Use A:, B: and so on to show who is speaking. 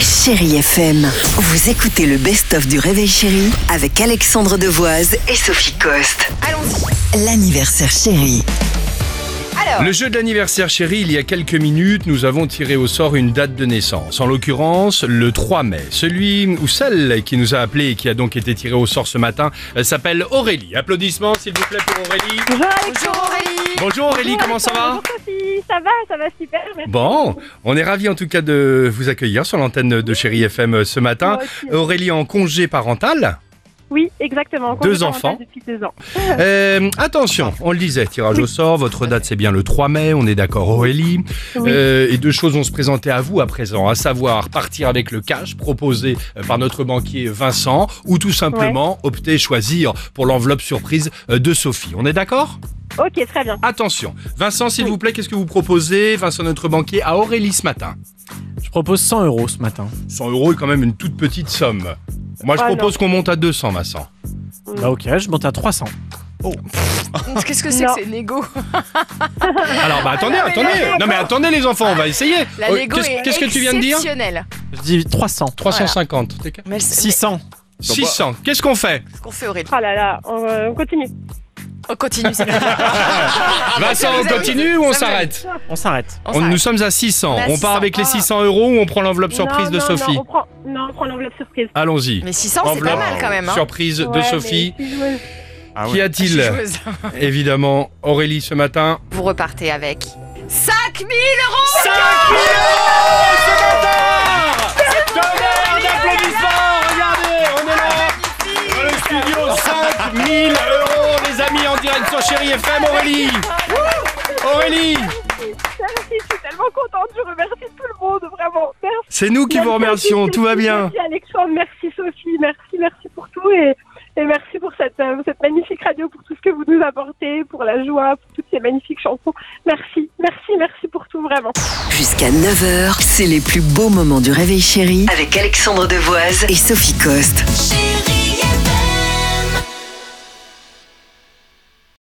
A: Chérie FM. Vous écoutez le best-of du Réveil Chéri avec Alexandre Devoise et Sophie Coste. Allons-y. L'anniversaire chéri.
B: Le jeu de l'anniversaire chéri, il y a quelques minutes, nous avons tiré au sort une date de naissance. En l'occurrence, le 3 mai. Celui ou celle qui nous a appelé et qui a donc été tiré au sort ce matin euh, s'appelle Aurélie. Applaudissements s'il vous plaît pour Aurélie.
C: Bonjour Alexandre.
B: Bonjour Aurélie, comment ça va
C: Bonjour Sophie, ça va, ça va super. Merci.
B: Bon, on est ravis en tout cas de vous accueillir sur l'antenne de Chéri FM euh, ce matin.
C: Moi aussi.
B: Aurélie en congé parental.
C: Oui, exactement.
B: Deux
C: Complètement
B: enfants.
C: en phase Depuis deux ans.
B: Euh, attention, on le disait, tirage au sort, votre date c'est bien le 3 mai, on est d'accord Aurélie.
C: Oui.
B: Euh, et deux choses vont se présenter à vous à présent, à savoir partir avec le cash proposé euh, par notre banquier Vincent ou tout simplement opter, choisir pour l'enveloppe surprise euh, de Sophie. On est d'accord
C: Ok, très bien.
B: Attention, Vincent s'il
C: Oui.
B: vous plaît, qu'est-ce que vous proposez, Vincent notre banquier, à Aurélie ce matin
D: Je propose 100 euros ce matin.
B: 100 euros est quand même une toute petite somme. Moi je
C: Ah,
B: propose qu'on monte à 200 Vincent.
D: Bah ok, je monte à 300.
E: Qu'est-ce que c'est que
C: Non.
E: ces négo
B: Alors bah attendez,
E: mais la
B: attendez, non mais attendez les enfants, on va essayer.
E: La
B: Euh,
E: négo
B: qu'est-ce-
E: est
B: Qu'est-ce que tu viens de dire
E: exceptionnelle.
D: Je dis 300.
B: 350. t'es ca-
E: Mais elle-
D: 600.
B: 600. Qu'est-ce qu'on fait
E: mais- Qu'est-ce qu'on fait Aurélie
C: Oh là là, on, euh, on continue.
E: On continue, c'est bien.
B: Vincent, on
E: vous avez-
B: continue ou on
E: Ah, bah, ça me-
B: s'arrête
D: On s'arrête.
E: On
B: On- Nous
E: s'arrête.
B: sommes à 600.
E: On est à
B: On part
E: 600.
B: avec les
E: Ah.
B: 600 euros ou on prend l'enveloppe surprise
C: Non,
B: de
C: non,
B: Sophie
C: Non, on prend, non, on prend l'enveloppe surprise.
B: Allons-y.
E: Mais 600, c'est pas
B: Enveloppe
E: mal quand même. Hein.
B: Surprise de
C: Ouais,
B: Sophie.
C: mais je suis joueuse.
D: Ah
B: Qu'y
E: Je suis
B: a-t-il
E: joueuse.
B: Évidemment, Aurélie ce matin.
E: Vous repartez avec
B: 5
E: 5000
B: euros ce matin Tonnerre d'applaudissements Regardez, on est là dans le studio, 5000 euros, les amis, en direct sur Chéri FM, Aurélie Aurélie
C: Merci, Ah, je suis tellement contente. Je remercie tout le monde, vraiment. Merci.
B: C'est nous qui vous remercions, tout va bien.
C: Merci Alexandre, merci Sophie, merci, merci pour tout et, et merci pour cette, euh, cette magnifique radio, pour tout ce que vous nous apportez, pour la joie, pour toutes ces magnifiques chansons. Merci, merci, merci pour tout, vraiment.
A: Jusqu'à 9h, c'est les plus beaux moments du Réveil Chéri avec Alexandre Devoise et Sophie Coste.
F: Chérie